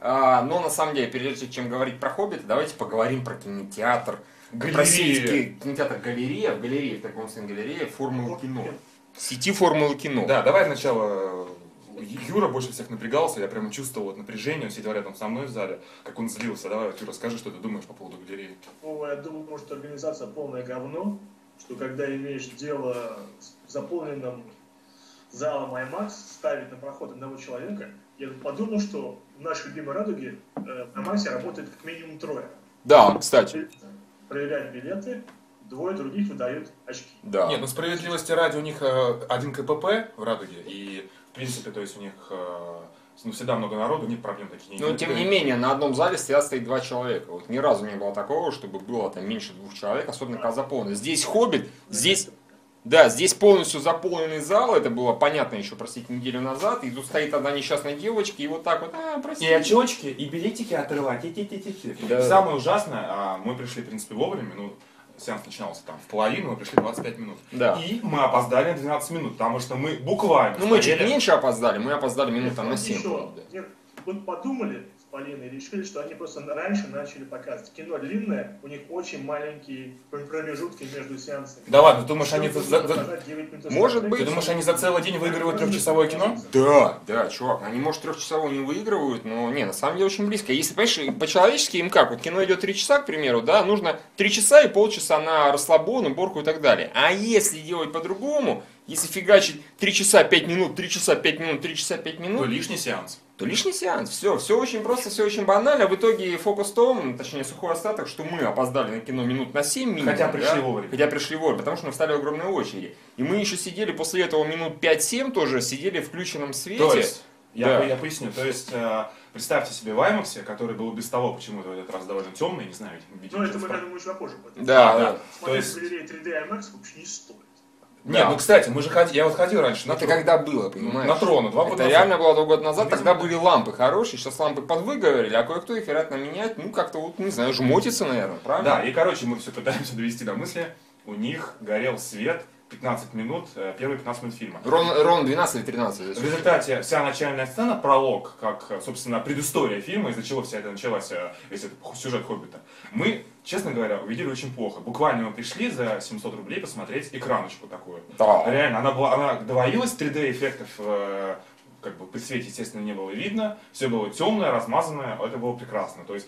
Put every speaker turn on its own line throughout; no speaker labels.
А, но на самом деле, прежде чем говорить про «Хоббита», давайте поговорим про кинотеатр.
Галерея.
Российский кинотеатр «Галерея», в галерее, в таком смысле галерея, «Формулы кино». Сети «Формулы кино».
Да, давай сначала. э, Юра больше всех напрягался, я прямо чувствовал вот напряжение, он сидел рядом со мной в зале, как он злился. Давай, вот, Юра, скажи, что ты думаешь по поводу галереи.
Ну, я думаю, что организация полное говно, что когда имеешь дело с заполненным залом IMAX, ставить на проход одного человека, я подумал, что в нашей любимой радуге э, в IMAX работает как минимум трое.
Да, кстати.
Проверяют билеты, двое других выдают очки.
Да.
Нет, ну справедливости ради у них э, один КПП в Радуге, и в принципе, то есть у них э, ну, всегда много народу, нет проблем таких. не-
Но Ну, тем не менее, на одном зале стоят стоит два человека. Вот ни разу не было такого, чтобы было там меньше двух человек, особенно когда заполнено. Здесь хоббит, здесь. Да, здесь полностью заполненный зал, это было понятно еще, простите, неделю назад, и тут стоит одна несчастная девочка, и вот так вот, а,
И
простите.
очочки, и билетики отрывать. и ти- ти- ти- ти.
И Самое ужасное, а, мы пришли, в принципе, вовремя, ну, сеанс начинался там в половину, мы пришли 25 минут.
Да.
И мы опоздали на 12 минут, потому что мы буквально
Ну мы чуть
стояли-
меньше опоздали, мы опоздали минут там на
Они
7.
еще, нет, мы подумали с Полиной и решили, что они просто раньше начали показывать. Кино длинное, у них очень маленькие промежутки между сеансами.
Да ладно, ты думаешь, они за-
Чтобы
за- за-
показать 9 минут
Может
спектакля,
быть.
ты думаешь, они за целый день выигрывают трехчасовое кино?
Да, да, чувак, они, может, трехчасовую не выигрывают, но не, на самом деле очень близко. Если, понимаешь, по-человечески им как, вот кино идет три часа, к примеру, да, нужно три часа и полчаса на расслабон, уборку и так далее. А если делать по-другому, если фигачить три часа пять минут, три часа пять минут, три часа пять
Ну,
минут,
лишний сеанс.
то лишний сеанс. Все, все очень просто, все очень банально. В итоге фокус в том, точнее, сухой остаток, что мы опоздали на кино минут на 7 минимум.
Хотя
да,
пришли вовремя.
Хотя пришли вовремя, потому что мы встали в огромной очереди. И мы еще сидели после этого минут 5-7 тоже, сидели в включенном свете.
То есть, я,
Да.
по- я поясню, то есть, э, представьте себе Ваймаксе, который был без того, почему-то в этот раз довольно темный, не знаю, видите,
Ну, это мы,
что-
я думаю, еще попозже. подойдем.
Да,
А, Да.
да.
То
Смотреть
есть-
в галерее 3D IMAX вообще не стоит.
Нет,
Да.
ну, кстати, мы же ходи- я вот ходил раньше на
Это
трон.
когда было, понимаешь?
На трону, два года
Это
назад.
реально было два года назад,
Видимо,
тогда были лампы хорошие, сейчас лампы подвыговорили, а кое-кто их, вероятно, менять, ну, как-то, вот, не знаю, жмотится, наверное, правильно?
Да, и, короче, мы все пытаемся довести до мысли, у них горел свет 15 минут, э, первые 15 минут фильма.
Ровно, ровно 12 или 13.
В
если что.
результате вся начальная сцена, пролог, как, э, собственно, предыстория фильма, из-за чего вся это началась, э, весь этот ху- сюжет «Хоббита», мы, честно говоря, увидели очень плохо. Буквально мы пришли за 700 рублей посмотреть экраночку такую. А
Да.
Реально, она, была, она двоилась, 3D-эффектов э, как бы при свете, естественно, не было видно, все было темное, размазанное, это было прекрасно. То есть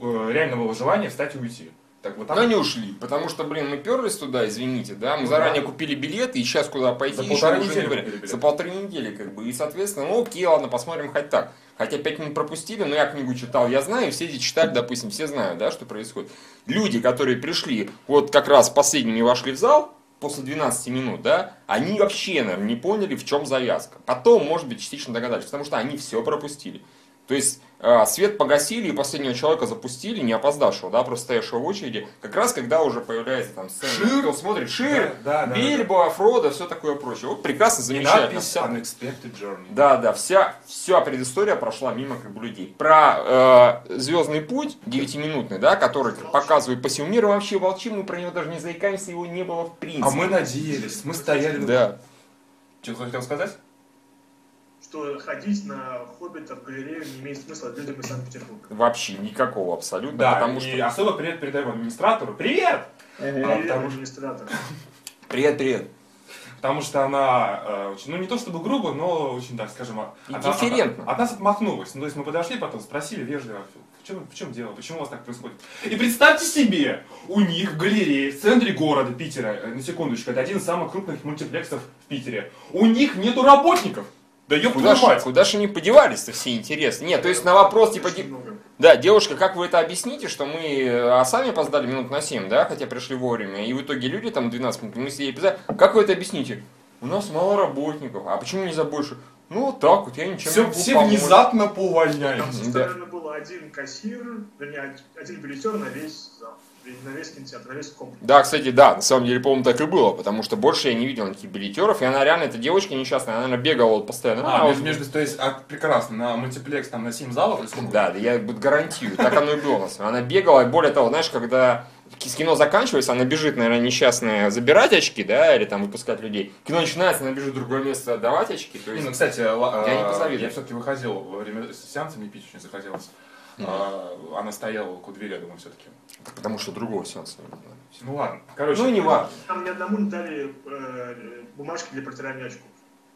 э, реально было желание встать и уйти. Так вот Ну
Но они ушли, потому что, блин, мы перлись туда, извините, да, мы заранее купили билеты, и сейчас куда пойти,
За
еще
полторы
уже не
недели
говоря.
купили билеты.
За полторы недели, как бы, и, соответственно, ну, окей, ладно, посмотрим хоть так. Хотя пять минут пропустили, но я книгу читал, я знаю, все эти читали, допустим, все знают, да, что происходит. Люди, которые пришли, вот как раз последними вошли в зал, после 12 минут, да, они вообще, наверное, не поняли, в чем завязка. Потом, может быть, частично догадались, потому что они все пропустили. То есть э, свет погасили и последнего человека запустили, не опоздавшего, да, просто стоявшего в очереди, как раз когда уже появляется там сцена,
Шир.
кто смотрит, Шир,
Да, да, да,
Бильбо, Фродо, все такое прочее. Вот прекрасно,
И
замечательно.
надпись а
Вся-
«Unexpected Journey».
Да, да, вся, вся предыстория прошла мимо как бы людей. Про э, Звездный путь, девятиминутный, да, который показывает по всему миру, вообще волчим, мы про него даже не заикаемся, его не было в принципе.
А мы надеялись, мы стояли...
Да.
Что-то хотел сказать?
Что ходить на Хоббита в галерею не имеет смысла людям из Санкт-Петербурга.
Вообще никакого абсолютно,
Ну Да,
потому
и
что...
особо привет передаем администратору. Привет! А,
Привет,
потому, что,
администратор.
Привет, привет.
потому что она, э, очень- ну не то чтобы грубо, но очень, так скажем, от,
И
от нас-
дифферентно.
от нас отмахнулась. Ну то есть мы подошли потом, спросили вежливо, в чем, в чем дело, почему у вас так происходит. И представьте себе, у них в галерее в центре города Питера, э, на секундочку, это один из самых крупных мультиплексов в Питере, у них нету работников. Да ёб твою
Куда же,
мать!
куда ж они подевались-то все интересно? Нет, то есть на вопрос, типа,
Очень
ди-
много.
да, девушка, как вы это объясните, что мы э, а сами опоздали минут на 7, да, хотя пришли вовремя, и в итоге люди там 12 минут, мы сидели писали, как вы это объясните? У нас мало работников, а почему нельзя больше? Ну, вот так вот, я ничем не
Все,
могу
все
помочь.
внезапно поувольняются.
Там,
Да.
наверное, было один кассир, вернее, один билетер на весь зал. и на весь кинотеатр, на весь комплекс.
Да, кстати, да, на самом деле, по-моему, так и было, потому что больше я не видел никаких билетеров, и она реально, эта девочка несчастная, она, наверное, бегала вот постоянно.
А,
«А,
между,
вот
между- то есть, а, прекрасно, на мультиплекс там на 7 залов или сколько?
Да, да я вот гарантирую, так оно и было. на самом деле. Она бегала, и более того, знаешь, когда ки- кино заканчивается, она бежит, наверное, несчастная забирать очки, да, или там выпускать людей. Кино начинается, она бежит в другое место отдавать очки. То
Не,
есть,
ну, кстати, ла-
Я не
а,
позавидую.
Я все-таки выходил во время сеанса, мне пить очень захотелось. А, Она стояла около двери, я думаю, все-таки.
так потому что другого сеанса не было.
Ну ладно. Короче,
Ну и не важно.
Там ни одному не дали э, бумажки для протирания очков.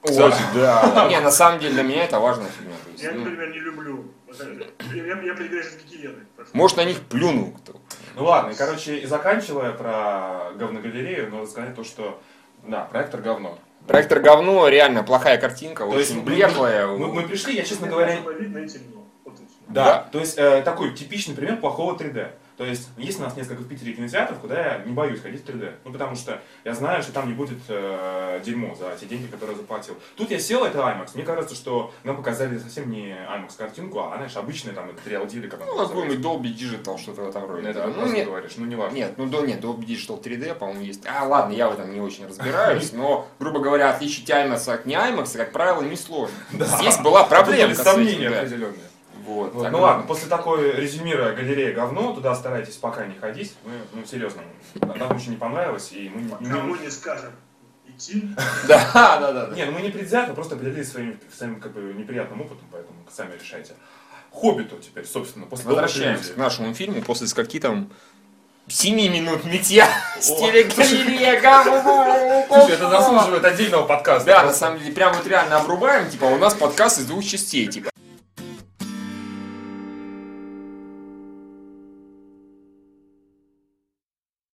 Кстати, да. Не, на самом деле для меня это важная фигня. то есть,
Я,
ну,
например, не люблю. Вот это. Я, я придерживаюсь гигиены. Прошу.
Может, на них плюнул кто.
Ну ладно, и, короче, и заканчивая про говногалерею, надо сказать то, что да, проектор говно.
Проектор говно, реально плохая картинка,
То есть
очень
мы-
блеклая.
Мы, мы пришли, я, честно
Мне
говоря,
было видно и темно. Вот и всё.
да,
Да.
то есть э, такой типичный пример плохого 3D. То есть есть у нас несколько в Питере кинотеатров, куда я не боюсь ходить в 3D. Ну потому что я знаю, что там не будет э, дерьмо за те деньги, которые я заплатил. Тут я сел, это IMAX. Мне кажется, что нам показали совсем не IMAX картинку, а, знаешь, обычная там 3LD или как она
Ну, у нас
называется.
будет Dolby Digital, что-то в этом роде.
Это
Ну,
ну,
не-
говоришь, ну не важно.
Нет, ну да, нет, Dolby Digital 3D, по-моему, есть. А, ладно, я в этом не очень разбираюсь, но, грубо говоря, отличить IMAX от не IMAX, как правило, несложно. Здесь была проблема.
Проблемы, сомнения определенные.
Вот,
Вот,
так,
ну ладно, после такой резюмируя галерея говно, туда старайтесь пока не ходить. Мы, ну серьезно, нам очень не понравилось, и мы не,
Кому
не,
не скажем идти,
Да, да, да. да.
не, ну мы не предвзяты, просто поделились своим, своим как бы неприятным опытом, поэтому сами решайте. Хоббиту теперь, собственно, после долгой
Возвращаемся к
ревизии.
нашему фильму после скольки там... Семи минут нытья с
О.
телегалерея.
Слушай, это заслуживает отдельного подкаста.
Да, на
Просто.
самом деле, прям вот реально обрубаем, типа, у нас подкаст из двух частей, типа.